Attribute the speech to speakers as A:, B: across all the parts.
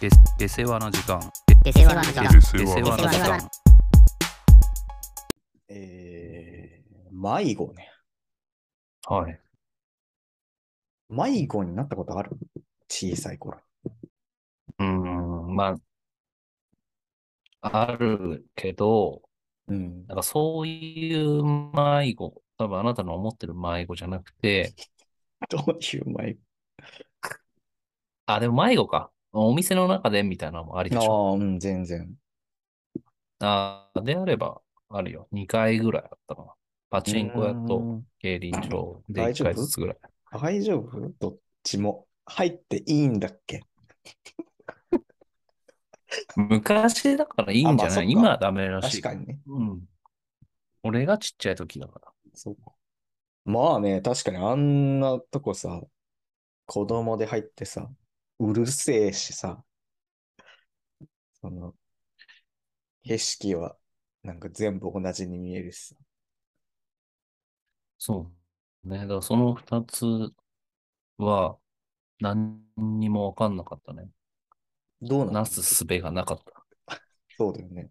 A: で出世話の時間
B: デセワの時間。
A: 出世話の時
B: 出世話の
A: 間
B: 時
C: えー、迷子ね。
A: はい
C: 迷子になったことある小さい頃。
D: うーん、まあ、あるけど、
C: うん。
D: なんかそういう迷子、多分あなたの思ってる迷子じゃなくて、
C: どういう迷
D: あ、でも迷子か。お店の中でみたいなのもありでしょ。
C: 子ああ、うん、全然。
D: あーであれば、あるよ。2回ぐらいあったかな。パチンコ屋
C: う
D: と
C: ん
D: 競輪場で
C: 大
D: 1
C: 丈夫
D: 回ずつぐらい。
C: 大丈夫どっちも。入っていいんだっけ
D: 昔だからいいんじゃ
C: あまあそ
D: な
C: っ
D: い
C: か
D: 今はダメらし
C: 確
D: い。
C: かにね。
D: うん。俺がちっちゃい時だから。
C: そうか。まあね、確かにあんなとこさ、子供で入ってさ、うるせえしさ、その、景色はなんか全部同じに見えるしさ。
D: そう。ね、だからその二つは何にもわかんなかったね。
C: どうなの
D: なすすべがなかった。
C: そうだよね。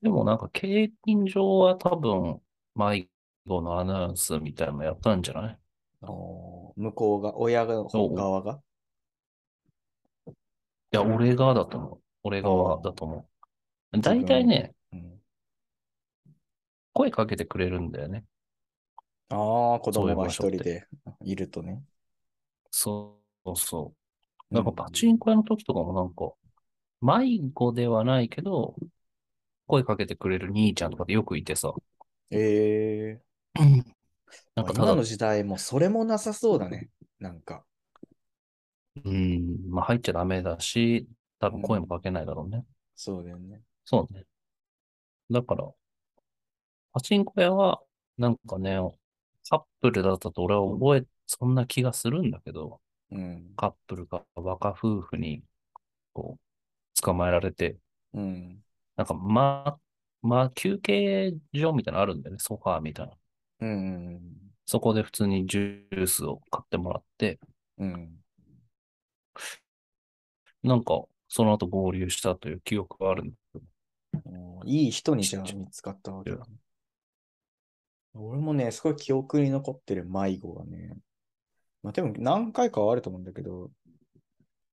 D: でもなんか競輪場は多分迷子のアナウンスみたいなのやったんじゃない
C: あー向こうが、親の方側が。
D: いや、俺がだと思う。俺側だと思う。大体ね、
C: うん、
D: 声かけてくれるんだよね。
C: ああ、子
D: そう
C: 供
D: いう
C: が
D: 場
C: 一
D: 所
C: 人
D: って
C: でいるとね。
D: そうそう。なんかパ
C: ン
D: チンコ屋の時とかもなんか、迷子ではないけど、声かけてくれる兄ちゃんとかでよくいてさ。
C: ええ
D: なんかた
C: 今
D: だ
C: の、時代もそれもなさそうだね。なんか。
D: うん、まあ入っちゃダメだし、多分声もかけないだろうね。
C: そうだよね。
D: そうね。だから、パチンコ屋は、なんかね、カップルだったと俺は覚え、そんな気がするんだけど、
C: うん。
D: カップルか若夫婦に、こう、捕まえられて、
C: うん。
D: なんか、ま、まあ、休憩所みたいなのあるんだよね、ソファーみたいな。
C: うんうん
D: そこで普通にジュースを買ってもらって、
C: うん。うん。
D: なんか、その後合流したという記憶があるんだけど。
C: おーいい人にじゃあ見つかったわけだね。俺もね、すごい記憶に残ってる迷子がね。まあでも何回かはあると思うんだけど、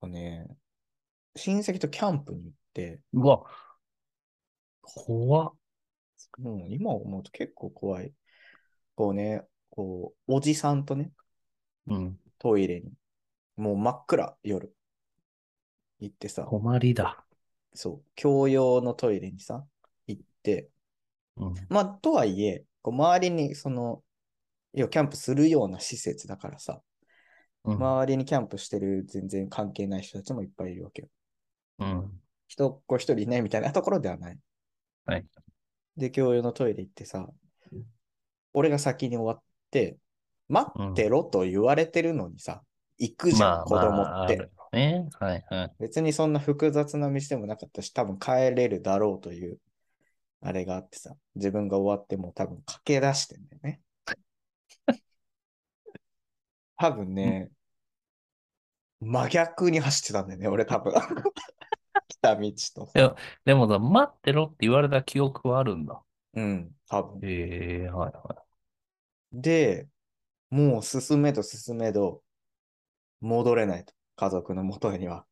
C: あのね、親戚とキャンプに行って、
D: うわ、怖っ。
C: もう今思うと結構怖い。こうね、こう、おじさんとね、
D: うん、
C: トイレに、もう真っ暗、夜。行ってさ、
D: 困りだ。
C: そう、共用のトイレにさ、行って、
D: うん、
C: まあ、とはいえ、こう周りに、その、要はキャンプするような施設だからさ、
D: うん、
C: 周りにキャンプしてる全然関係ない人たちもいっぱいいるわけよ。
D: うん。
C: 人っ子一人いないみたいなところではない。
D: はい。
C: で、共用のトイレ行ってさ、俺が先に終わって、待ってろと言われてるのにさ、行くじゃん、子供
D: あ
C: って。
D: るよね。はいはい。
C: 別にそんな複雑な道でもなかったし、多分帰れるだろうという、あれがあってさ、自分が終わっても多分駆け出してんだよ ね。多分ね、真逆に走ってたんだよね、俺 多分。来た道と。
D: いやでもさ、待ってろって言われた記憶はあるんだ。
C: うん、多分。
D: ええはいは
C: で、もう進めど進めど、戻れないと、家族の元には。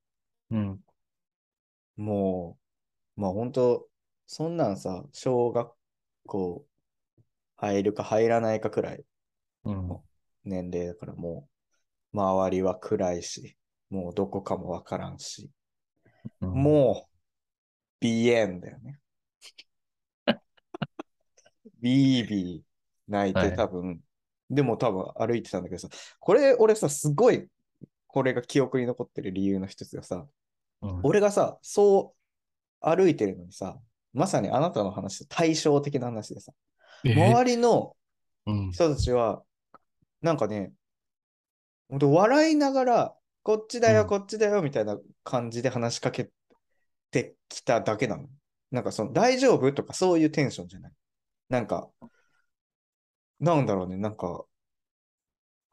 D: い。うん。
C: もう、まあ本当そんなんさ、小学校入るか入らないかくらい
D: うん。
C: 年齢だからもう、周りは暗いし、もうどこかもわからんし、
D: うん
C: もう、ビエンだよ ね。ビービー泣い
D: は
C: て
D: い
C: 多分、でも多分歩いてたんだけどさ、これ俺さ、すごい、これが記憶に残ってる理由の一つがさ、
D: うん、
C: 俺がさ、そう歩いてるのにさ、まさにあなたの話と対照的な話でさ、周りの
D: うん、
C: 人たちは、なんかね、ほんと笑いながら、こっちだ
D: う
C: よ、
D: ん
C: こっちだよ、みたいな感じで話しかけてきただけなの。なんかその、大丈夫とかそういうテンションじゃない。なんか、なんだろうね、なんか、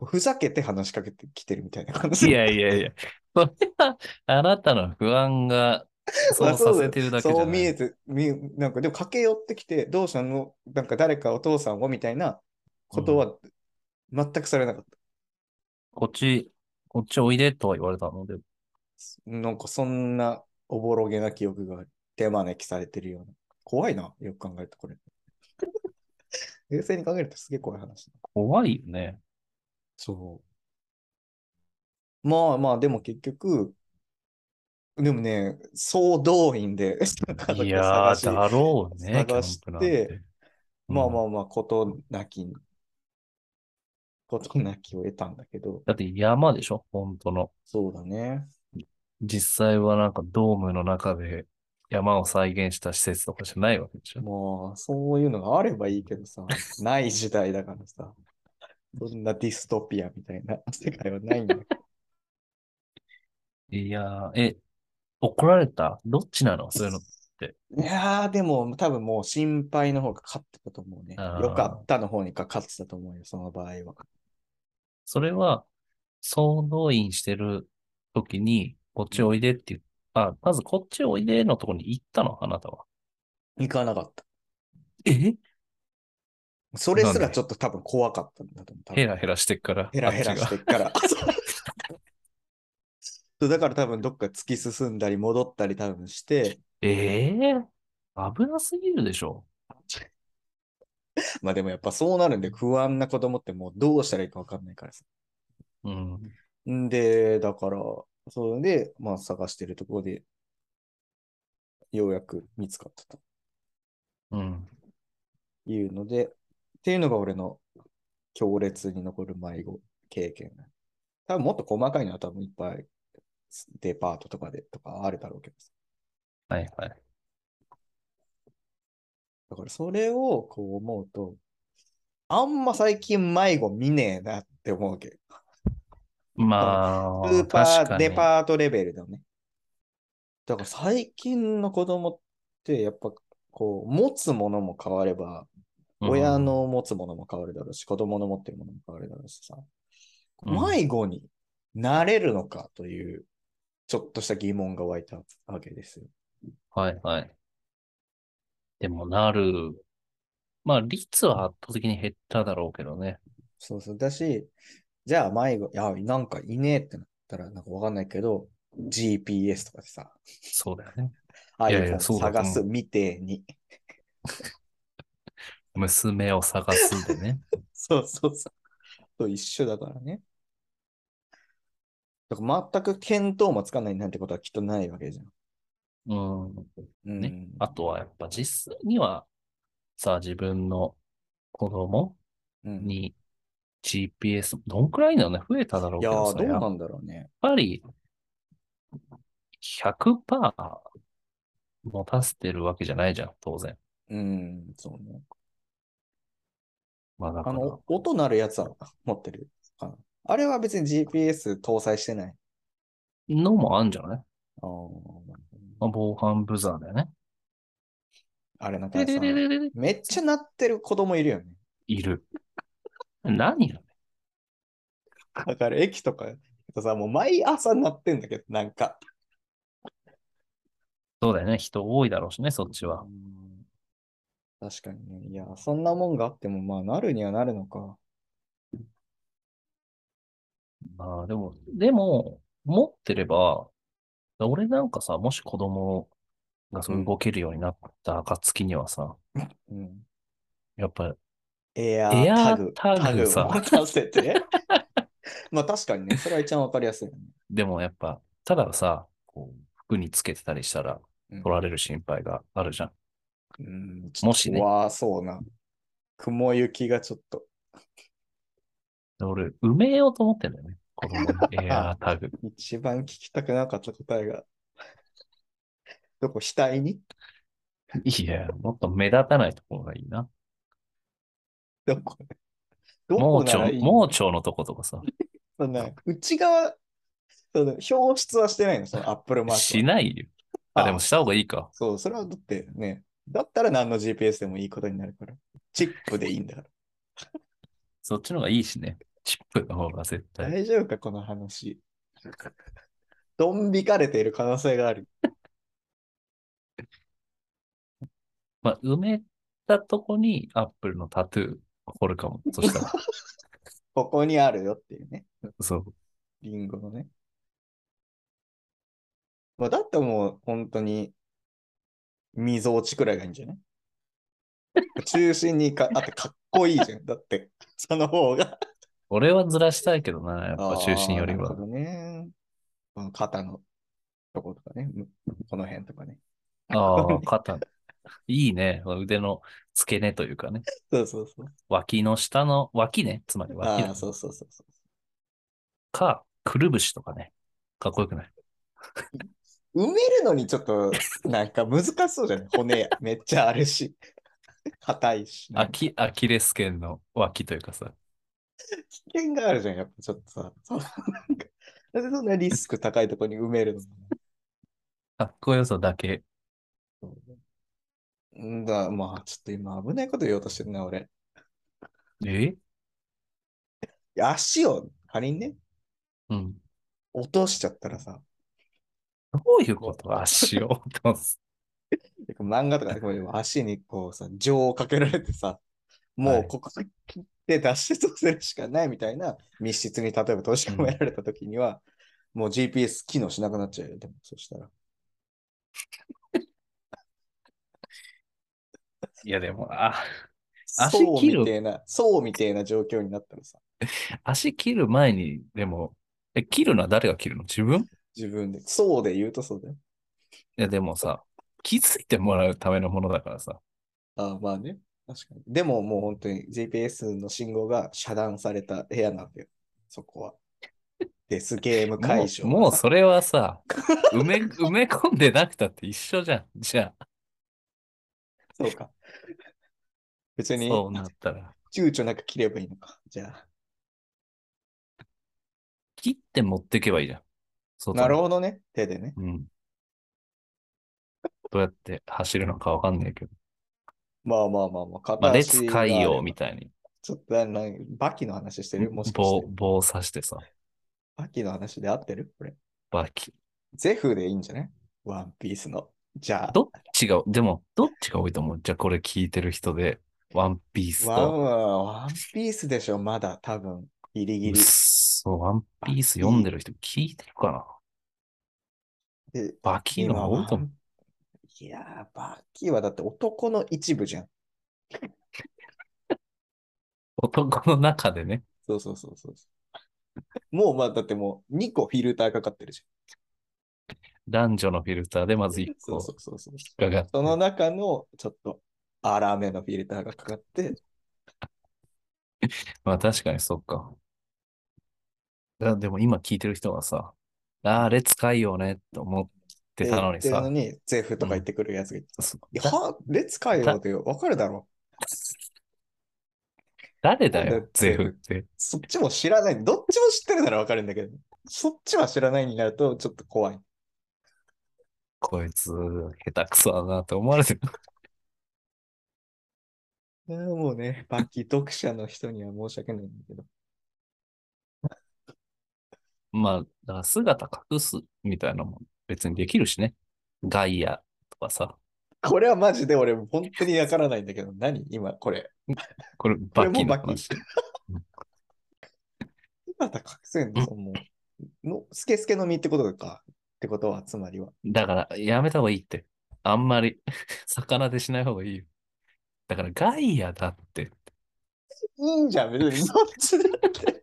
C: ふざけて話しかけてきてるみたいな感じ。
D: いやいやいや、それは、あなたの不安が、そうさせてるだけじゃない。
C: そう見えて、見えなんかでも駆け寄ってきて、どうしたのなんか誰かお父さんをみたいなことは全くされなかった。
D: こっち、こっちおいでとは言われたので、
C: なんかそんなおぼろげな記憶がある手招きされてるような。怖いな、よく考えるとこれ。 冷静に考えるとすげえ怖い話だ。
D: 怖いよね。
C: そう。まあまあ、でも結局、でもね、総動員で 家族を
D: いや
C: 探し、
D: ー、だろうね、
C: 探して
D: キャンプなんて
C: まあ
D: うん
C: まあまあ、ことなき、ことなきを得たんだけど、
D: だって山でしょ本当の。
C: そうだね。
D: 実際はなんかドームの中で山を再現した施設とかじゃないわけでしょ
C: もう、そういうのがあればいいけどさ、ない時代だからさ、そんなディストピアみたいな世界はないんだけど。
D: いやー、え、怒られたどっちなのそういうの。
C: いやー、でも多分もう心配の方が勝ってたと思うね。
D: あー
C: よかったの方にか勝ってたと思うよ、その場合は。
D: それは、総動員してる時に、こっちおいでって言うあ、まずこっちおいでのとこに行ったのあなたは。
C: 行かなかった。
D: え
C: それす
D: な
C: ら
D: んで
C: ちょっと多分怖かったんだと思う。多分
D: ヘラヘラしてっから。
C: ヘラヘラし
D: あっち
C: てっから。 そうだから多分どっか突き進んだり戻ったり多分して、
D: がええ危なすぎるでしょ
C: まあでもやっぱそうなるんで不安な子供ってもうどうしたらいいかわかんないからさ。
D: うん。
C: んで、だから、それで、まあ探してるところで、ようやく見つかったと
D: うん。
C: いうので、っていうのが俺の強烈に残る迷子経験。多分もっと細かいのは多分いっぱいデパートとかでとかあるだろうけどさ
D: はいはい。
C: だからそれをこう思うと、あんま最近迷子見ねえなって思うけ
D: ま
C: ど、
D: あ、
C: スーパ
D: 確
C: ー
D: か
C: デ
D: に。
C: パートレベルだね。だから最近の子供ってやっぱこう持つものも変われば、
D: うん
C: 親の持つものも変わるだろうし、子供の持ってるものも変わるだろうしさ、
D: うん
C: 迷子になれるのかという、ちょっとした疑問が湧いたわけですよ。
D: はいはい。でもなる。まあ、率は圧倒的に減っただろうけどね。
C: そうそう。だし、じゃあ迷子、いや、なんかいねえってなったら、なんかわかんないけど、GPS とかでさ、
D: そうだよね。いやい
C: iPhone
D: やそうだと思う
C: 探すみてえに。
D: 娘を探すでね。
C: そうそうそう。と一緒だからね。だから全く見当もつかないなんてことはきっとないわけじゃん。
D: うん。
C: うん。
D: ねあとはやっぱ実際には、さあ自分の子供
C: うん、い
D: に GPS、どんくらいなのね、増えただろうけ
C: や
D: ど
C: ー、
D: さ、
C: どう
D: や
C: な
D: っ
C: んだろうね。
D: ぱり100%持たせてるわけじゃないじゃん、当然。
C: うん、そうね。
D: まあだか
C: あ
D: ら、
C: の、音鳴るやつは持ってるかな。あれは別に GPS 搭載してない。
D: のもあるんじゃない、
C: あー
D: まあ、防犯ブザーだよね。
C: あれなんか
D: で
C: さ、
D: ででででで
C: めっちゃ鳴ってる子供いるよね。
D: いる。何よ。
C: だから駅とか行くとさ、もう毎朝なってんだけど、なんか。
D: そうだよね。人多いだろうしね、そっちは
C: う。ん確かにね。いや、そんなもんがあっても、まあ、なるにはなるのか。
D: まあでも、でも、持ってれば、俺なんかさ、もし子供がそううん動けるようになった暁にはさ、
C: うん。
D: やっぱ、
C: エア
D: エ
C: ー
D: ア
C: タ
D: ー
C: グ、
D: タグさ
C: を持たせて。 まあ、確かにね。それは一番わかりやすいよね。
D: でもやっぱ、たださ、こう、服につけてたりしたら、
C: うん
D: 取られる心配があるじゃん。
C: うん、
D: もしね
C: わあ、そうな。雲行きがちょっと、
D: で俺、埋めようと思ってんだよね。子供のエアータグ。
C: 一番聞きたくなかった答えが。どこ、額に
D: いや、もっと目立たないところがいいな。
C: どこど
D: 盲
C: こ
D: 腸
C: ならい、いの
D: 盲腸のとことかさ、
C: そんな内側、その表出はしてないの、そのアップルマークは。
D: しないよ。あ、でもした方がいいか。
C: そう、それはだってね、だったら何の GPS でもいいことになるから。チップでいいんだから。
D: そっちの方がいいしね。チップの方が絶対。
C: 大丈夫か、この話。ドン引かれている可能性がある。
D: まあ、埋めたとこにアップルのタトゥー掘るかも。そした ら。
C: ここにあるよっていうね。
D: そう。
C: リンゴのね。まあ、だってもう本当に、溝落ちくらいがいいんじゃない中心にか、あってかっこいいじゃん。だって、その方が。
D: 俺はずらしたいけどな、やっぱ中心より
C: あーな
D: は
C: る。ほどね。この肩のとことかね、むこの辺とかね。
D: ああ、肩。いいね。腕の付け根というかね。
C: そうそうそう。
D: 脇の下の、脇ね。つまり脇
C: ああ、
D: の
C: そうそうそうそう。
D: か、くるぶしとかね。かっこよくない
C: 埋めるのにちょっと、なんか難しそうじゃない骨めっちゃあるし、硬いし、
D: アキ、アキレス腱の脇というかさ。
C: 危険があるじゃん、やっぱちょっとさ。そうなんかなんでそんなリスク高いところに埋めるの
D: かっこよさだけ。
C: んだ、まあ、ちょっと今危ないこと言おうとしてるな、俺。
D: え
C: いや足を仮にね、
D: うん。
C: 落としちゃったらさ、
D: どういうこと足を落とす。
C: よく漫画とかでも足にこうさ、情をかけられてさ、もうここで切って脱出するしかないみたいな密室に例えば閉じ込められた時には、もう GPS 機能しなくなっちゃうよ、でもそしたら。
D: いやでも、あ、足
C: そう
D: 切る
C: みたいな、そうみたいな状況になったらさ、
D: 足切る前に、でも、え、切るのは誰が切るの自分い
C: 自分で、そうで言うとそうだよ。
D: やでもさ、気づいてもらうためのものだからさ。
C: ああ、まあね。確かに。でももう本当に GPS の信号が遮断された部屋なんだよ。そこは。デスゲーム
D: も
C: 会
D: う
C: 場。
D: もうそれはさ、埋め、埋め込んでなくたって一緒じゃん。じゃあ、
C: そうか。別に、
D: そうなったら。
C: 躊躇なく切ればいいのか。じゃあ。
D: 切って持ってけばいいじゃん。外に
C: なるほどね。手でね。
D: うん。どうやって走るのかわかんないけど。
C: まあまあまあまあ、片
D: まあ、
C: 足
D: 列
C: があれば
D: 海洋みたいに、
C: ちょっとなんか、バキの話してるもしかし
D: 棒、
C: て。
D: 棒刺してさ、
C: バキの話で合ってるこれ。
D: バキ。
C: ゼフでいいんじゃないワンピースの。じゃあ。
D: どっちが、でも、どっちが多いと思うじゃあこれ聞いてる人で、ワンピース
C: ワン
D: と、
C: ワンピースでしょ、まだ多分。ギリギ
D: うっ
C: リ。
D: そ、ワンピース読んでる人聞いてるかな
C: で
D: バキの
C: 今
D: 方が多いと思う。
C: いやー、バッキーはだって男の一部じゃん。
D: 男の中でね。
C: そうそうそうそうそう。もうまあだってもう2個フィルターかかってるじ
D: 男女のフィルターでまず
C: ゃ
D: 一
C: ん。そ
D: 個
C: うそうそうそう。
D: 引っかかって
C: その中のちょっと粗めのフィルターがかかって、
D: まあ確かにそっか。だでも今聞いてる人はさ、ああ、列海洋ねって思ってたの
C: 言
D: に
C: ってる
D: さ
C: の、にゼフとか言ってくるやつがいて、
D: そ
C: いやは列変えようってわかるだろ。
D: 誰だ
C: なん
D: よ
C: だ、
D: ゼフって。
C: そっちも知らない。どっちも知ってるならわかるんだけど、そっちは知らないになるとちょっと怖い。
D: こいつ、下手くそだなって思われてる。
C: いやーもうね、バッキー読者の人には申し訳ないんだけど。
D: まあ、だから姿隠すみたいなのも別にできるしね。ガイアとかさ、
C: これはマジで俺、本当にわからないんだけど、何今、これ。
D: これ
C: こ
D: バ
C: れも
D: キの
C: バキ
D: 話。。
C: また隠せんの、そのもうの、スケスケの実ってことか。ってことは、つまりは。
D: だから、やめた方がいいって。あんまり、 魚でしない方がいいよ。だから、ガイアだって。
C: いいんじゃん、別に。どっちだって。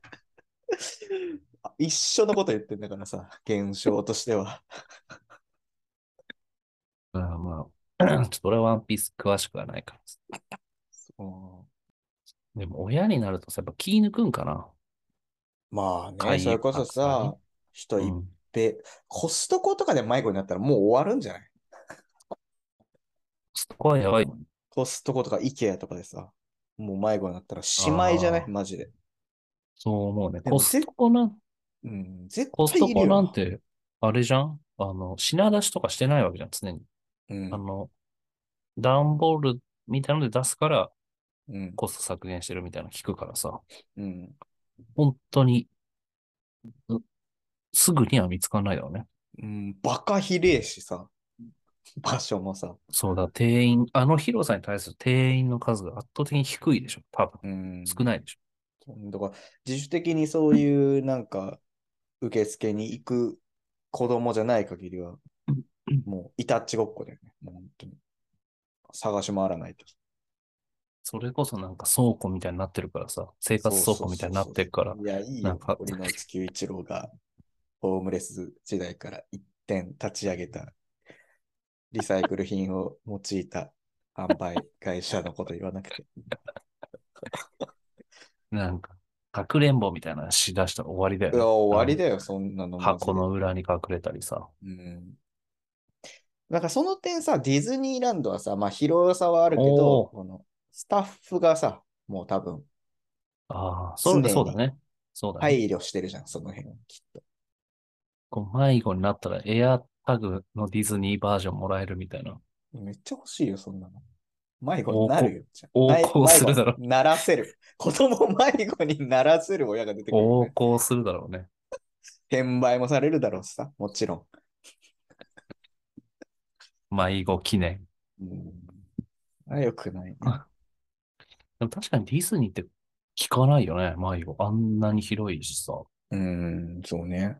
C: あ一緒のこと言ってんだからさ、現象としては。
D: まあまあ、ちょっと俺はワンピース詳しくはないからさ。
C: そう
D: でも、親になるとさ、やっぱ気抜くんかな。
C: まあね、
D: 怪異
C: それこそ
D: 格差
C: さ
D: ね、
C: 人いっ
D: うん
C: ぺい、コストコとかで迷子になったらもう終わるんじゃない
D: そこはやばいもん。
C: コストコとか IKEA とかでさ、もう迷子になったらしまいじゃない
D: あー
C: マジで。
D: そう思うね。
C: でも
D: コストコなん、
C: うん、絶
D: コスト
C: 対いる
D: コ
C: よ
D: なんて、あれじゃんあの、品出しとかしてないわけじゃん、常に。
C: うん
D: あの、段ボールみたいなので出すから、
C: うん。
D: コスト削減してるみたいなの聞くからさ、
C: うん。
D: 本当に、うすぐには見つかんないだろうね。
C: うん、バカ比例しさ、場所もさ、
D: そうだ、定員、あの広さに対する定員の数が圧倒的に低いでしょ、多分。
C: うん、
D: 少ないでしょ。
C: だから自主的にそういうなんか受付に行く子供じゃない限りは
D: うん、
C: もういたちごっこだよね。もう本当に。探し回らないと。
D: それこそなんか倉庫みたいになってるからさ、生活倉庫みたいになってるから
C: そ、うそうそうそういや、いい
D: な
C: よ
D: んか。
C: 俺の地球一郎がホームレス時代から一点立ち上げたリサイクル品を用いた販売会社のこと言わな くて。
D: なんか、かくれんぼみたいなのしだしたら終わりだよ
C: い
D: ね。
C: や、終わりだよ、そんなの。
D: あの。箱の裏に隠れたりさ。
C: うんなんかその点さ、ディズニーランドはさ、まあ広さはあるけど、
D: おー
C: このスタッフがさ、もう多分
D: ああ、そ
C: 常
D: う
C: に
D: そうだね。そうだね。
C: 配慮してるじゃん、その辺をきっと。
D: こう迷子になったらエアタグのディズニーバージョンもらえるみたいな。
C: めっちゃ欲しいよ、そんなの。迷子になるよ。じゃあ
D: 横
C: ない
D: 横行するだろ
C: 迷子にならせる。子供を迷子にならせる親が出てくるよ
D: 横
C: ね、
D: 行するだろうね。
C: 転売もされるだろうしさ、もちろん。
D: 迷子記念。
C: うん、あよくない、ね。
D: でも確かにディズニーって聞かないよね、迷子。あんなに広いしさ。
C: うん、そうね。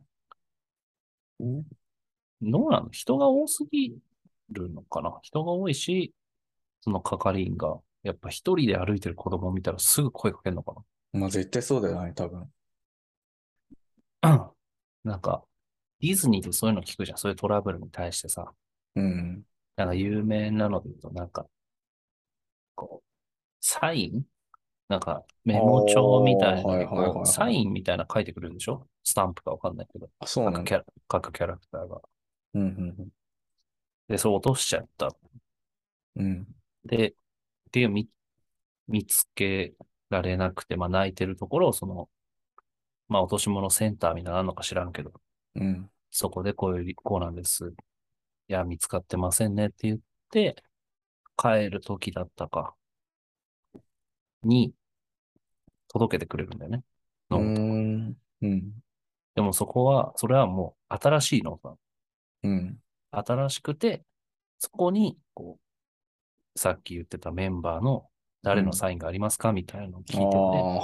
D: どうなの人が多すぎるのかな人が多いし、その係員が、やっぱ一人で歩いてる子供を見たらすぐ声かけるのか
C: まあ絶対そうだよね、多分。
D: な なんか、ディズニーってそういうの聞くじゃん。そういうトラブルに対してさ。
C: うん。
D: なんか有名なので言うと、なんか、こう、サインなんか、メモ帳みたいなのに
C: あーはいはいはい
D: こ
C: は
D: う、
C: い
D: サインみたいなの書いてくるんでしょスタンプかわかんないけど、
C: あそうな
D: 各
C: ん
D: キ
C: だ。
D: ャラ、各キャラクターが。
C: うん、うん
D: で、それ落としちゃった。
C: うん、うん。
D: で、で、見、見つけられなくて、まあ泣いてるところを、その、まあ落とし物センターみたいなのあんのか知らんけど、
C: うん。
D: そこでこういう、こうなんです。いや、見つかってませんねって言って、帰る時だったか、に、届けてくれるんだよね。ノ
C: う
D: ート。
C: ん。うん。
D: でもそこは、それはもう新しいノートなの
C: うん。
D: 新しくて、そこに、こう、さっき言ってたメンバーの誰のサインがありますかみたいなのを聞い
C: あ
D: てね、
C: あ、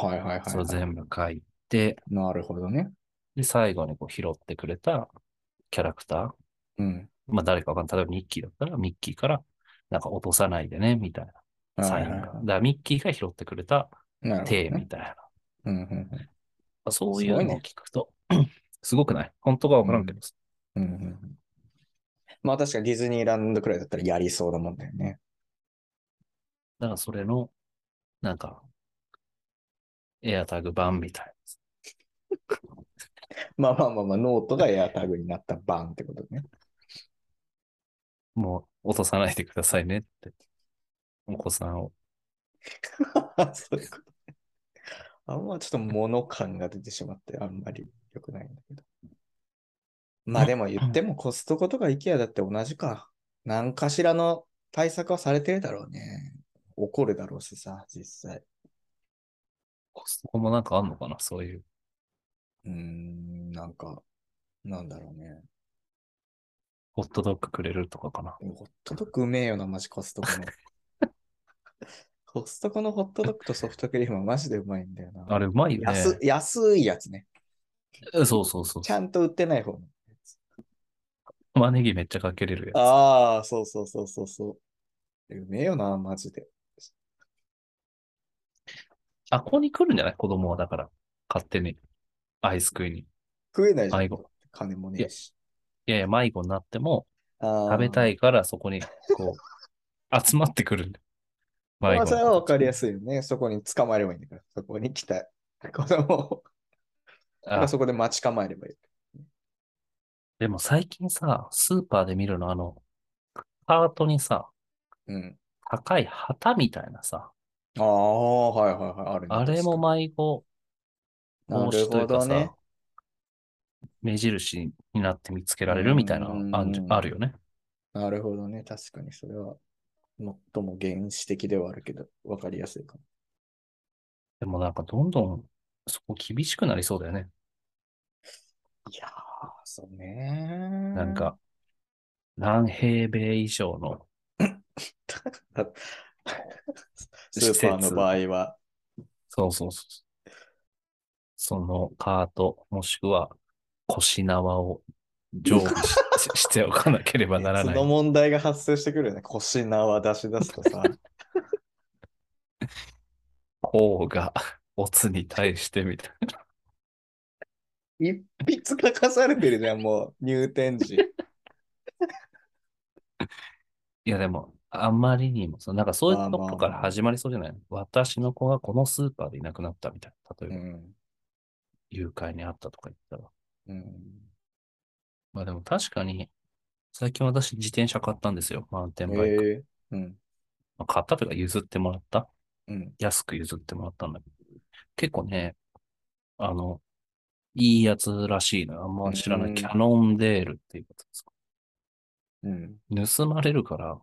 C: はいはいはい、
D: それ
C: は
D: 全部書いて、
C: い。なるほどね。
D: で、最後にこう拾ってくれたキャラクター、
C: うん。
D: まあ誰かわかんない。例えばミッキーだったら、ミッキーから、なんか落とさないでね、みたいなサインが。
C: は
D: だ
C: いはい
D: か
C: は
D: らミッキーが拾ってくれた
C: いなるほど
D: 手
C: ね
D: みたいな。ま
C: うんうん
D: あそういう
C: すごい
D: のを
C: ね
D: 聞くと、 すごくない本当かわからんけど、
C: うんうんうんまあ確かにディズニーランドくらいだったらやりそうだもんだよね。
D: だからそれの、なんか、エアタグ版みたいな。
C: まあまあまあまあ、ノートがエアタグになった版ってことね。
D: もう落とさないでくださいねって。お子さんを。
C: そういうことねあんまちょっと物感が出てしまって、あんまり良くないんだけど。まあでも言ってもコストコとか IKEA だって同じか。何かしらの対策はされてるだろうね。怒るだろうしさ、実際。
D: コストコもなんかあんのかなそういう。
C: うーん、なんか、なんだろうね。
D: ホットドッグくれるとかかな。
C: でもホットドッグうめえよな、マジコストコ の。コストコのホットドッグとソフトクリームはマジでうまいんだよな。
D: あれ、うまいよね。
C: 安安いやつね。
D: えそうそうそう
C: ち。ゃんと売ってない方の。
D: 玉ねぎめっちゃかけれるやつ。
C: ああ、そうそうそうそうそう。うめえよな、マジで。
D: あ、ここに来るんじゃない子供はだから。勝手に。アイス食いに。
C: 食えないじゃ
D: 迷
C: ん。
D: 子。
C: 金もねえし。
D: いやいや、迷子になっても、
C: 食
D: 食べた
C: い。
D: いからそこに、こう、集まってくるんだよ。
C: ま
D: 迷子
C: あ、
D: の
C: それはわかりや
D: い。
C: すいよね。そこに捕まえればいいんだから。そこに来た子供を。だから
D: あ
C: そこで待ち構えればいい。
D: でも最近さ、スーパーで見るの、あの、カートにさ、
C: うん。
D: 高い旗みたいなさ、
C: ああ、はいはいはい。あるね
D: あれも迷子防止というか
C: なるほど
D: さ、
C: ね
D: 目印になって見つけられるみたいなのあんじ
C: うん
D: あるよね。
C: なるほどね。確かにそれは、最も原始的ではあるけど、わかりやすいかも。
D: でもなんかどんどんそこ厳しくなりそうだよね。
C: いやそうね。
D: なんか、何平米以上の、
C: スーパーの場合は、
D: そうそうそうそう。そのカート、もしくは腰縄を常備 しししておかなければなら
C: そ
D: ない
C: の。問題が発生してくるよね。腰縄出し出すとさ、
D: 甲が、オツに対してみたいな。
C: 一筆書かされてるじゃん、もう、入店時。
D: いやでも、あんまりにも、そのなんかそういうと
C: まあまあ
D: こから始まりそうじゃない、私の子がこのスーパーでいなくなったみたいな。例え
C: う
D: ば、
C: ん。
D: 誘拐にあったとか言ったら。
C: うん。
D: まあでも確かに、最近私自転車買ったんですよ。マウンテンバイク。
C: ええうん。
D: まあ買ったというか譲ってもらった。
C: うん。
D: 安く譲ってもらったんだけど。結構ね、あの、いいやつらしいのよ。あんま知らな
C: う
D: い。
C: ん
D: キャノンデールっていうことですか。
C: うん。
D: 盗まれるから、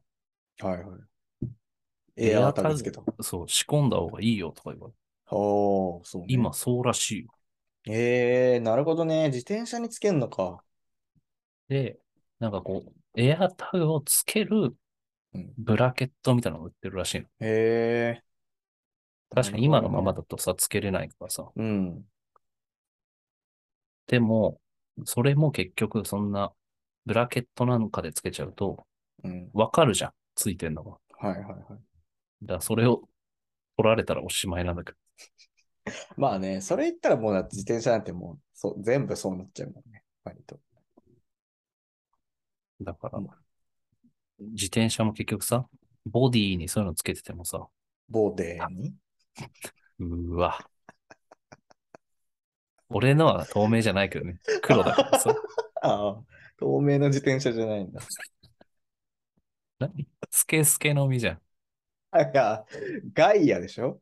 C: はいはい。エ
D: エ
C: ア
D: ア
C: ータグつけた。
D: そう、仕込んだ方がいいよとか言われて。
C: おー、そう、ね。
D: 今、そうらしいよ。
C: ええなるほどね。自転車につけんのか。
D: で、なんかこう、エアタグをつける
C: うん
D: ブラケットみたいなのを売ってるらしいの。
C: へえ。
D: 確かに今のままだとさ、つけれないからさ。
C: うん。
D: でも、それも結局そんなブラケットなんかでつけちゃうと、
C: うん。
D: わかるじゃん。ついてんのが。
C: はいはいはい。
D: だからそれを取られたらおしまいなんだけど。
C: まあね、それ言ったらもうだって自転車なんてもうそう全部そうなっちゃうもんね。割と。
D: だから
C: うん、
D: 自転車も結局さ、ボディにそういうのつけててもさ、
C: ボデーに。
D: うーわ。俺のは透明じゃないけどね。黒だから さ。
C: ああ、透明の自転車じゃないんだ。
D: 何スケスケの実じゃん。
C: あいや、ガイアでしょ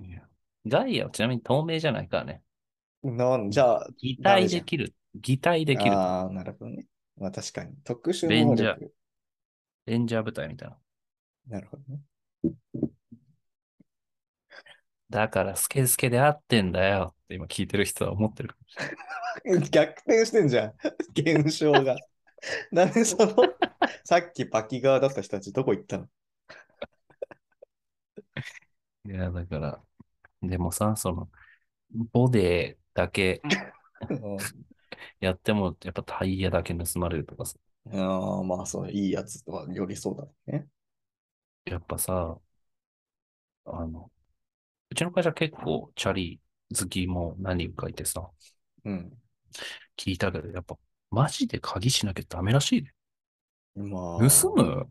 D: いやガイアはちなみに透明じゃないからね。
C: なんじゃあ、
D: 擬
C: ダメ
D: 態
C: じゃん
D: できる。擬態できる。
C: ああ、なるほどね。まあ確かに。特殊
D: レ
C: 能
D: ンジャー
C: 力。
D: レンジャー部隊みたいな。
C: なるほどね。
D: だから、スケスケで合ってんだよって今聞いてる人は思ってる。
C: 逆転してんじ ゃん、現象が。 なんでその、 さっきパキ側だった人たちどこ行ったの
D: いや、だから、でもさ、その、ボディだけやっても、やっぱタイヤだけ盗まれるとかさ、
C: うんああ、まあそう、いいやつとはよりそうだもんね。
D: やっぱさ、あの、うちの会社結構チャリ好きも何人かいてさ、
C: うん。
D: 聞いたけど、やっぱ、マジで鍵しなきゃダメらしいね。
C: まあ。
D: 盗む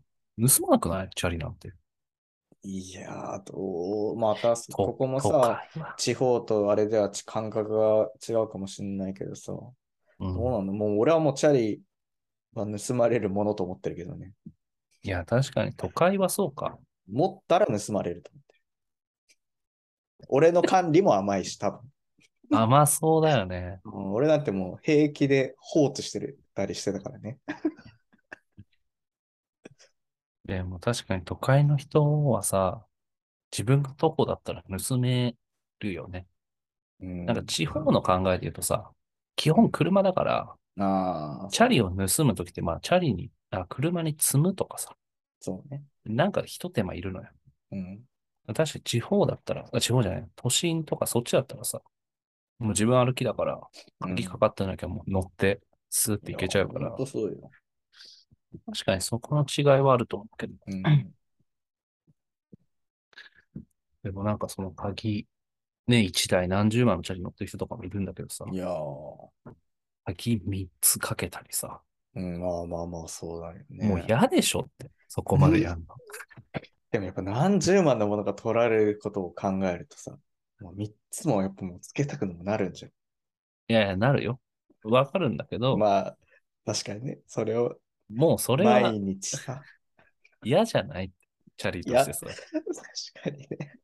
D: 盗まなくないチャリなんて。
C: いやー、どう、また、
D: と
C: ここも
D: 都
C: さ、
D: 会は
C: 地方とあれではち感覚が違うかもしれないけどさ、ど
D: うん
C: うなのもう俺はもうチャリは盗まれるものと思ってるけどね。
D: いや、確かに都会はそうか。
C: 持ったら盗まれると思ってる。俺の管理も甘いし、多分。
D: 甘そうだよね。
C: うん俺なんてもう平気で放置してるたりしてたからね。
D: でも確かに都会の人はさ、自分がどこだったら盗めるよね。
C: な
D: なんか地方の考えで言うとさ、基本車だから、
C: ああ、
D: チャリを盗むときって、まあ、チャリに、あ、車に積むとかさ、
C: そうね。
D: なんか一手間いるのよ。
C: うん。
D: 確かに地方だったら、あ地方じゃない、都心とかそっちだったらさ、もう自分歩きだから、鍵かかってなきゃもう乗って、スーって行けちゃうか
C: いや
D: ら
C: ほん、とそうよ。
D: 確かにそこの違いはあると思うけど、
C: うん。
D: でもなんかその鍵、ね、一台何十万のチャリ乗ってる人とかもいるんだけどさ、
C: いやー、
D: 鍵三つかけたりさ、
C: うん、まあまあまあ、そうだよね。
D: もう嫌でしょって、そこまでやんの。
C: でもやっぱ何十万のものが取られることを考えるとさ、もう3つもやっぱもうつけたくのもなるんじ
D: いやいや、なるよ。わかるんだけ
C: ゃん。
D: ど、
C: まあ、確かにね、それを
D: もうそれは
C: 毎日さ、
D: 嫌じゃないチャリとしてさ。
C: 確かにね。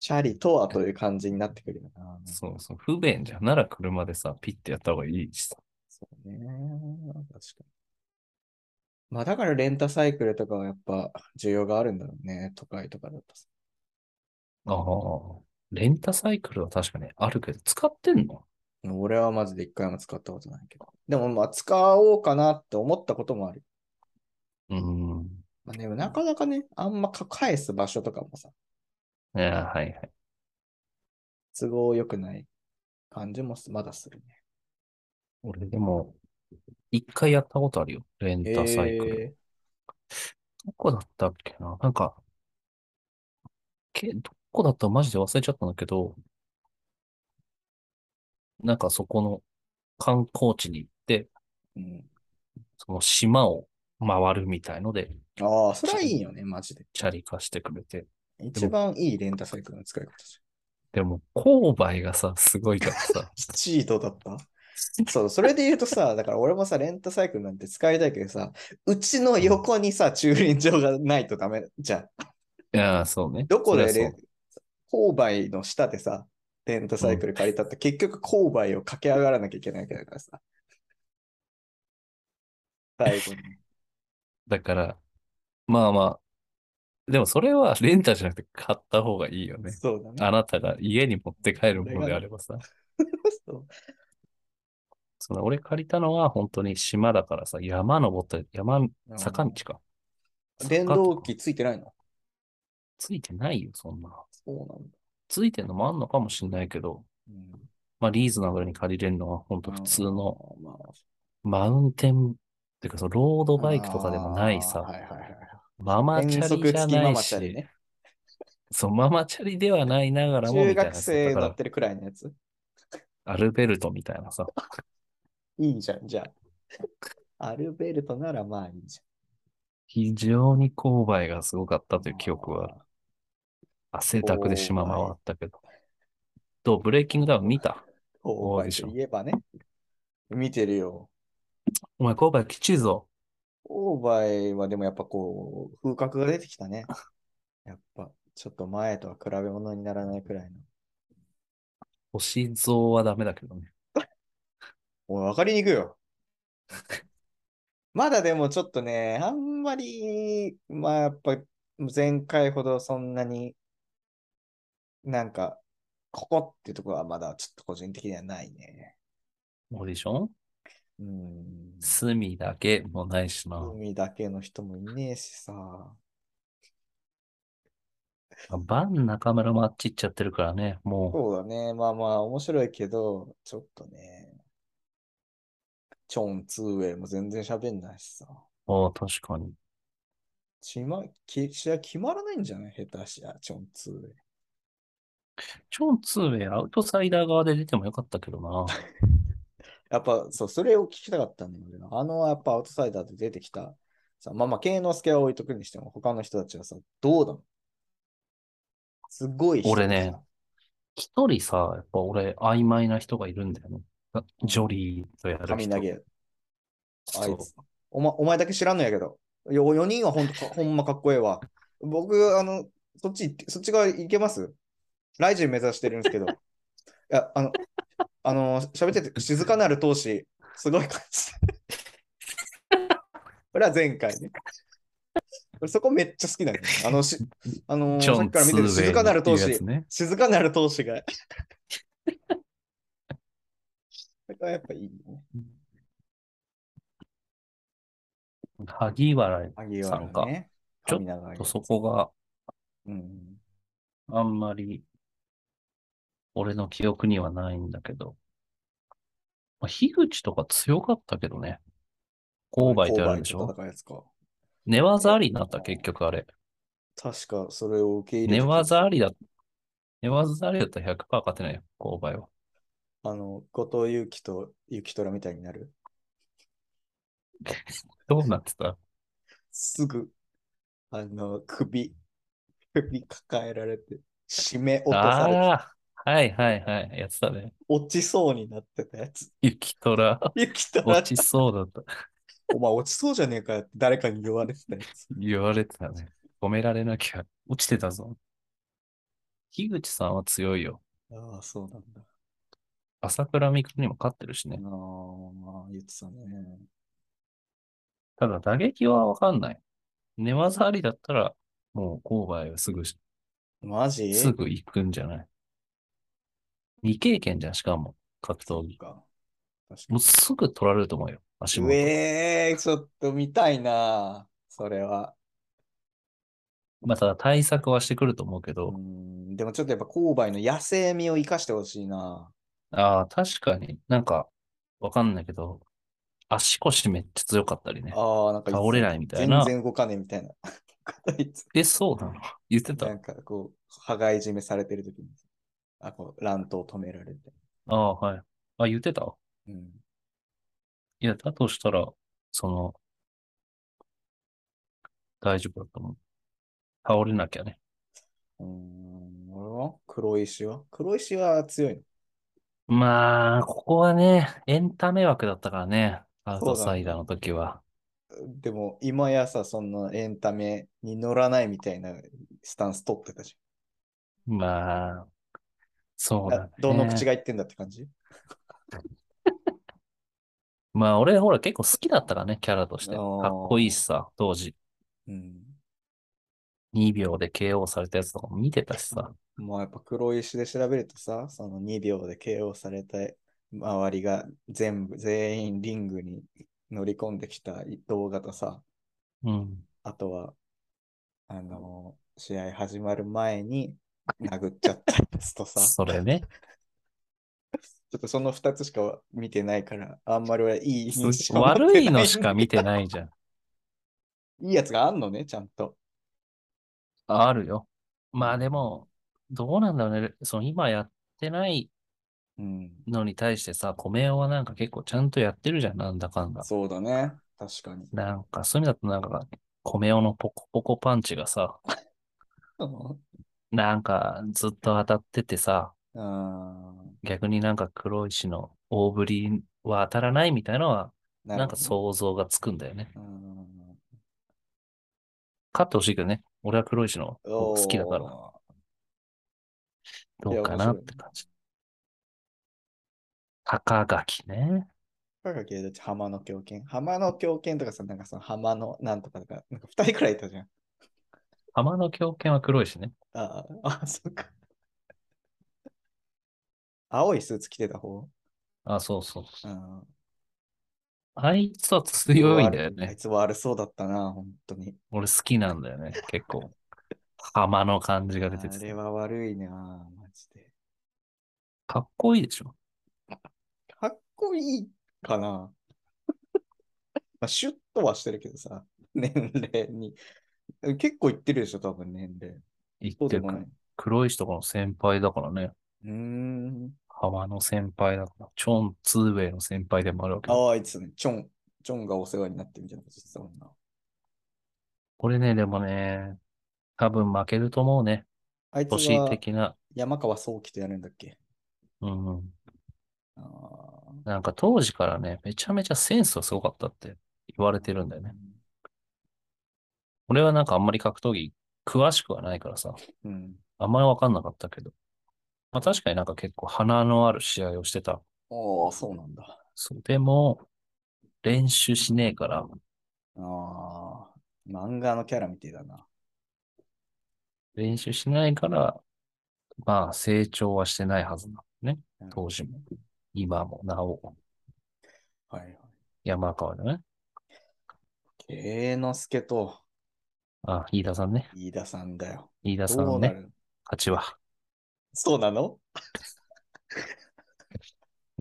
C: チャリとはという感じになってくるよな。
D: そうそう。不便じゃん。なら車でさ、ピッてやった方がいいしさ。
C: そうね。確かに。まあだからレンタサイクルとかはやっぱ需要があるんだろうね。都会とかだとさ。
D: ああ。レンタサイクルは確かにあるけど、使ってんの
C: 俺はマジで一回も使ったことないけど。でも、まあ、使おうかなって思ったこともある。
D: うーん。
C: まあ、でも、なかなかね、あんまか返す場所とかもさ、
D: いや、はいはい。
C: 都合良くない感じもすまだするね。
D: 俺でも、一回やったことあるよ。レンタサイクル。
C: え
D: どこだったっけななんか、け、どこだったかマジで忘れちゃったんだけど、なんかそこの観光地に行って、
C: ーうん、
D: その島を回るみたいので、
C: ああ、それはいいよね、マジで。
D: チャリ貸してくれて。
C: 一番いいレンタサイクルの使い方じ
D: でも、勾配がさ、すごいからさ、
C: ゃん。チートだ ったそう、それで言うとさ、だから俺もさ、レンタサイクルなんて使いたいけどさ、うちの横にさ、駐輪場がないとダメじゃん。
D: いやー、そうね。
C: どこで
D: そりゃ
C: レ
D: そう
C: 勾配の下でさ、レンタサイクル借りたって、結局勾配を駆け上がらなきゃいけないわけだからさ。最 後に。
D: だから、まあまあ、でもそれはレンタじゃなくて買った方がいいよね。
C: そうだね。
D: あなたが家に持って帰るものであればさ。
C: そう
D: その俺借りたのは本当に島だからさ、山登ったり、山、坂道か。
C: 電
D: 坂と
C: 動
D: か
C: 機ついてないの
D: ついてないよ、そんな。
C: そうなんだ。
D: ついてんのもあんのかもしんないけど、
C: うん
D: まあリーズナブルに借りれるのは本当普通の。
C: まあまあ
D: マウンテン、っていうかそのロードバイクとかでもない
C: あー
D: さ、
C: はいはいはい。
D: ママチ
C: 変
D: ャ
C: 速
D: リじゃ
C: 付き
D: な
C: マ
D: い
C: マチャリ
D: し、
C: ね。
D: そう、ママチャリではないながらも
C: 中
D: みたいな
C: 学
D: さ
C: 生乗
D: だか
C: ってるくらいのやつ。
D: ら、アルベルトみたいなさ、
C: いいじゃん、じゃあ。アルベルトならまあいいじ
D: 非常に勾配がすごかったという記憶はある
C: あ。
D: 汗だくで島回
C: 勾配
D: ったけど。どうブレイキングダウン見た
C: ゃん。
D: オー
C: オ
D: デ
C: ー
D: ィション
C: といえばね。見てるよ。
D: お前、勾配きちいぞ。
C: オーバイはでもやっぱこう、風格が出てきたね。やっぱ、ちょっと前とは比べ物にならないくらいの。
D: 星像はダメだけどね。
C: おい、わかりにくいよ。 まだでもちょっとね、あんまり、まあやっぱ前回ほどそんなに、なんか、ここっていうところはまだちょっと個人的にはないね。
D: オーディション
C: うん。
D: 隅だけもないしな。
C: 海だけの人もいねえしさ。
D: バン中村もあっち行っちゃってるからね。も
C: そうだね。まあまあ面白いけど、ちょっとね。チョン・ツーウェイも全然喋んないしさ。
D: う、ああ確かに。
C: ちま、き試合決まらないんじゃない下手しや、チョン・ツーウェイ。
D: チョン・ツーウェイ、アウトサイダー側で出てもよかったけどな。
C: やっぱ、そう、それを聞きたかったんだよ、俺はあの、やっぱアウトサイダーで出てきた、さ、まあまあ、慶之助は置いとくにしても、他の人たちはさ、どうだのすごい人
D: 俺ね
C: でさ
D: 一人さ、やっぱ俺、曖昧な人がいるんだよね。あジョリーとやる人。
C: 髪投げ、あ
D: そ。
C: いうつ。おま、お前だけ知らんのやけど。よ4人はほん とか、ほんまかっこええわ。僕、あの、そっち行って、そっち側行けますライジン目指してるん ですけど。いや、あの、あの、喋ってて、静かなる闘志、すごい感じ。 これは前回ね。俺そこめっちゃ好きなんだよね。あの、しあの
D: チョン・
C: さっきから見てる
D: ツーウェイ
C: 静かなる闘
D: っていうや
C: 志
D: つ、ね。
C: 静かなる闘志が。こ れはやっぱいいね。
D: 萩原
C: 萩原
D: さんか
C: ね。
D: ちょっと
C: 神長い
D: とそこが
C: うん。
D: あんまり俺の記憶にはないんだけど。まあ、樋口とか強かったけどね。勾配ってあるでし
C: 勾配
D: ょ
C: と戦うやつか。
D: 寝技ありになった、結局あれ。
C: 確かそれを受け入れ
D: 寝
C: て
D: 技ありだ。寝技ありだったら100%勝てないよ、勾配は。
C: あの、後藤祐樹と雪虎みたいになる。
D: どうなってた
C: すぐ、あの、首、 首抱えられて、締め落とされて、
D: ああ、はいはいはい。やってたね。
C: 落ちそうになってたやつ。
D: 雪 虎。
C: 雪虎
D: 落ちそうだった。
C: お前落ちそうじゃねえかよって誰かに言われてたやつ。
D: 言われてたね。褒められなきゃ。落ちてたぞ。樋口さんは強いよ。
C: ああ、そうなんだ。
D: 朝倉未来にも勝ってるしね。
C: ああ、言ってたね。
D: ただ打撃はわかんない。寝技ありだったら、もう勾配はすぐし、
C: マジ
D: すぐ行くんじゃない未経験じゃん、しかも、格闘技。
C: か。確か
D: もうすぐ取られると思うよ、足
C: に。
D: 元
C: う。えー、ちょっと見たいなそれは。
D: まあ、ただ対策はしてくると思うけど、
C: うん、でもちょっとやっぱ勾配の野生味を生かしてほしいな
D: ああ、確かになんか、わかんないけど、足腰めっちゃ強かったりね。
C: ああ、なんか
D: 倒れ
C: い
D: ないみたい
C: 全
D: な。
C: 然動かねえみたいな。いつ
D: え、そうなの言ってた。
C: なんかこう、羽がいじめされてる時に、あ、こう、乱闘止められて。
D: ああ、はい。あ、言ってた
C: うん。
D: いや、だとしたら、その、大丈夫だと思う。倒れなきゃね。
C: うーん、俺は黒石は黒石は強いの。
D: まあ、ここはね、エンタメ枠だったからね。アウトサイダーの時は。
C: でも、今やさ、そんなエンタメに乗らないみたいなスタンス取ってたじ
D: まあ、そ
C: ゃ。
D: うんだ
C: あどの
D: ね
C: 口が言ってんだって感じ
D: まあ、俺、ほら、結構好きだったからね、キャラとして。
C: あ
D: か
C: ー
D: っこいいしさ、当時。
C: うん。
D: 2秒で KO されたやつとかも見てたしさ。
C: もうやっぱ黒石で調べるとさ、その2秒で KO された周りが全部、全員リングに乗り込んできた動画とさ、
D: うん。
C: あとは、あの、試合始まる前に殴っちゃったやつとさ、 ち
D: そ れね。
C: ょっとその2つしか見てないから、あんまり俺いい印象持って
D: 悪い
C: な
D: のしか見てないじゃん。
C: いいやつがあんのね、ちゃんと。
D: あるよ。まあでも、どうなんだろうね。その今やってない
C: うん。
D: のに対してさ、コメオはなんか結構ちゃんとやってるじゃん、なんだかんだ。
C: そうだね。確かに。
D: なんか、そういう意味だとなんか、コメオのポコポコパンチがさ、なんかずっと当たっててさ、
C: うん。
D: 逆になんか黒石の大振りは当たらないみたいなのは、
C: な
D: なん
C: るほ
D: か
C: どね
D: 想像がつくんだよね。
C: うん。
D: 勝ってほしいけどね。俺は黒石の方が好きだから、
C: お
D: どうかなって感じ。高垣ね。
C: ー。高垣英一浜の狂犬。浜の狂犬とかさ、なんかその浜のなんとかとか、なんか2人くらいいたじゃん。
D: 浜の狂犬は黒いしね。
C: ああ、あ、そっか。青いスーツ着てた方
D: あ、そうそうそうう。
C: ん。
D: あいつは強いんだよ
C: あい
D: ね。
C: つ悪そうだったな、本当に。
D: 俺好きなんだよね。結構。浜の感じが出て
C: あれ
D: て。
C: は悪いな、マジで。
D: かっこいいでしょ。
C: かっこいいかな。まあ、シュッとはしてるけどさ、年齢に。結構いってるでしょ、多分年齢。
D: 言
C: そう
D: っ
C: で
D: てる
C: も
D: か
C: ない。
D: 黒い人かの先輩だからね。
C: うーん。
D: 浜の先輩だから。チョン・ツーウェイの先輩でもあるわけだ。
C: ああ、いつね、チョン、チョンがお世話になってみたいなこと言ってたもんな。
D: これね、でもね、多分負けると思うね。
C: あいつ
D: 年
C: は
D: 的な。
C: 山川聡輝とやるんだっけ
D: うん。
C: あ
D: なんか当時からね、めちゃめちゃセンスがすごかったって言われてるんだ
C: あ
D: よね。。俺はなんかあんまり格闘技詳しくはないからさ、
C: うん。
D: あんまりわかんなかったけど。まあ確かになんか結構花のある試合をしてた。
C: ああ、そうなんだ。
D: そうでも、練習しねえから、
C: ああ、漫画のキャラみてえだな。
D: 練習しないから、まあ成長はしてないはずなのね。当時も、今も、なお、
C: はいはい。
D: 山川だね。
C: 慶之助と
D: あ、飯田さんね。
C: 飯田さんだよ。
D: 飯田さ
C: どうんな
D: ね。
C: る
D: 勝ちは。
C: そうなの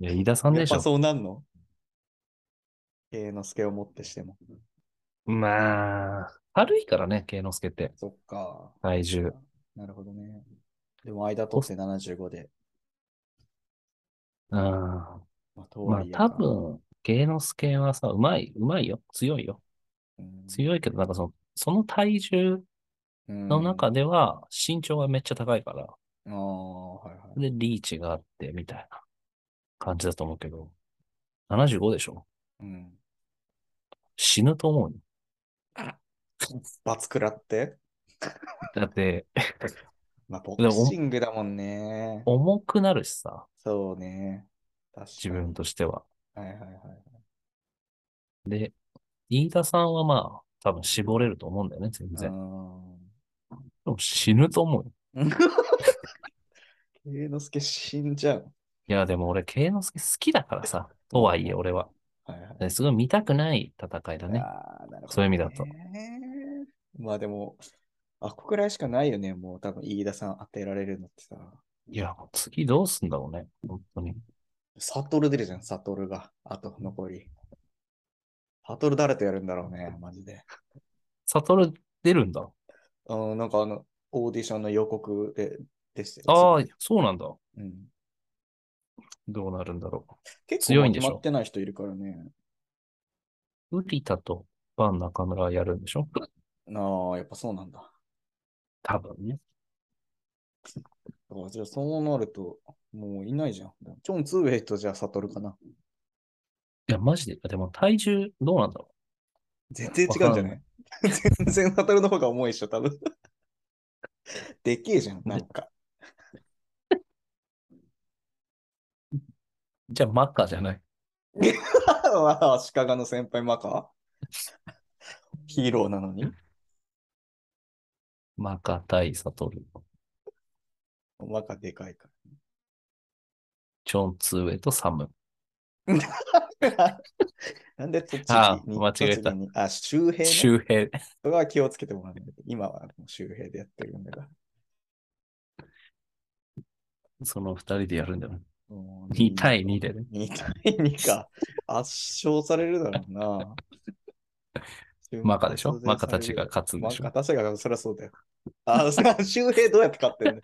D: いや、飯田さん
C: や
D: で
C: っ
D: しょ
C: ぱ。そうなんの慶之助をもってしても。
D: まあ、軽いからね、慶之助って。
C: そっか。
D: 体重。
C: なるほどね。でも間取って75で。
D: うん。ま
C: まあ、とは
D: あ
C: いえか
D: 多、分、慶之助はさ、うまい、うまいよ。強いよ。
C: うん
D: 強いけど、なんかその、その体重の中では身長がめっちゃ高いから、
C: うんああ、はいはい。
D: で、リーチがあって、みたいな感じだと思うけど、75でしょ
C: うん。
D: 死ぬと思うよ。
C: 罰食らって。
D: だって、
C: まあ、ボ
D: も
C: クシングだもんね。
D: 重くなるしさ、
C: そうね。確か
D: 自
C: に
D: 分としては。
C: はいはいはい。
D: で、飯田さんはまあ、多分絞れると思うんだよね、全然。
C: う
D: で も死ぬと思うよ。
C: ん。慶之助死んじゃう。
D: いや、でも俺、慶之助好きだからさ、とはいえ俺は。
C: はいはい。
D: ですごい見たくない戦いだね。
C: あーなるほどね
D: そういう意味だと。
C: まあでも、あ、ここくらいしかないよね。もう多分、飯田さん当てられるのってさ。
D: いや、もう次どうすんだろうね。本当に。
C: サトル出るじゃん、サトルが。あと残り。サトル誰とやるんだろうね、マジで。
D: サトル出るんだ。
C: うん、なんかあの、オーディションの予告で、でした
D: ああ
C: あ、、
D: そうなんだ。
C: うん。
D: どうなるんだろ
C: 結構
D: 強いんでしょ
C: まとまってない人いるからね。
D: う。ウリタとバン中村はやるんでしょ
C: ああ、やっぱそうなんだ。
D: 多分ね。
C: だから、じゃあそうなると、もういないじゃん。チョン・ツーウェイとじゃあサトルかな。
D: いや、マジで。でも体重どうなんだろ
C: 全然違うんじゃない全然サトルの方が重いっしょ、多分。でけえじゃん、なんか。
D: う。じゃあマッカじゃない。
C: わあ、足利の先輩マカヒーローなのに。
D: マッカ対サトル。
C: マカでかいか
D: チョン・ツーウェイとサム。
C: ら。 なんで栃木
D: あ
C: に
D: 間違え
C: 栃
D: た
C: 木にあ、周平ね。
D: 周平。
C: それは気をつけてもらわないと。今はもう周平でやってるんだから。
D: その二人でやるんだよね。
C: もう
D: 2対2でね。
C: 2対2か。圧勝されるだろうな。
D: マカでしょ
C: 瞬間
D: マカたちが
C: 圧
D: 勝つんで
C: 勝
D: し
C: される。
D: ょ
C: マカたちが、そりゃそうだよ。あ、そ周平どうやって勝ってん の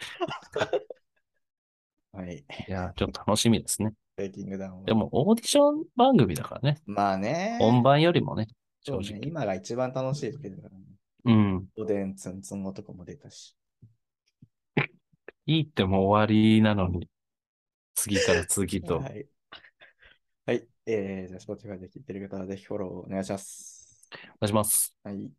C: はい。
D: いや、ちょっと楽しみですね。
C: ブレイキングダウンは
D: でもオーディション番組だからね。
C: まあね。
D: 本番よりもね、
C: そう
D: 正
C: ね
D: 直。
C: 今が一番楽しい時だからね。
D: うん。
C: おでんつんつんのとかも出たし。
D: いいってもう終わりなのに、次から次 と
C: は。い。はい。えー、じゃあ、Spotify で聞いてる方はぜひフォローお願いします。
D: お願いします。
C: はい。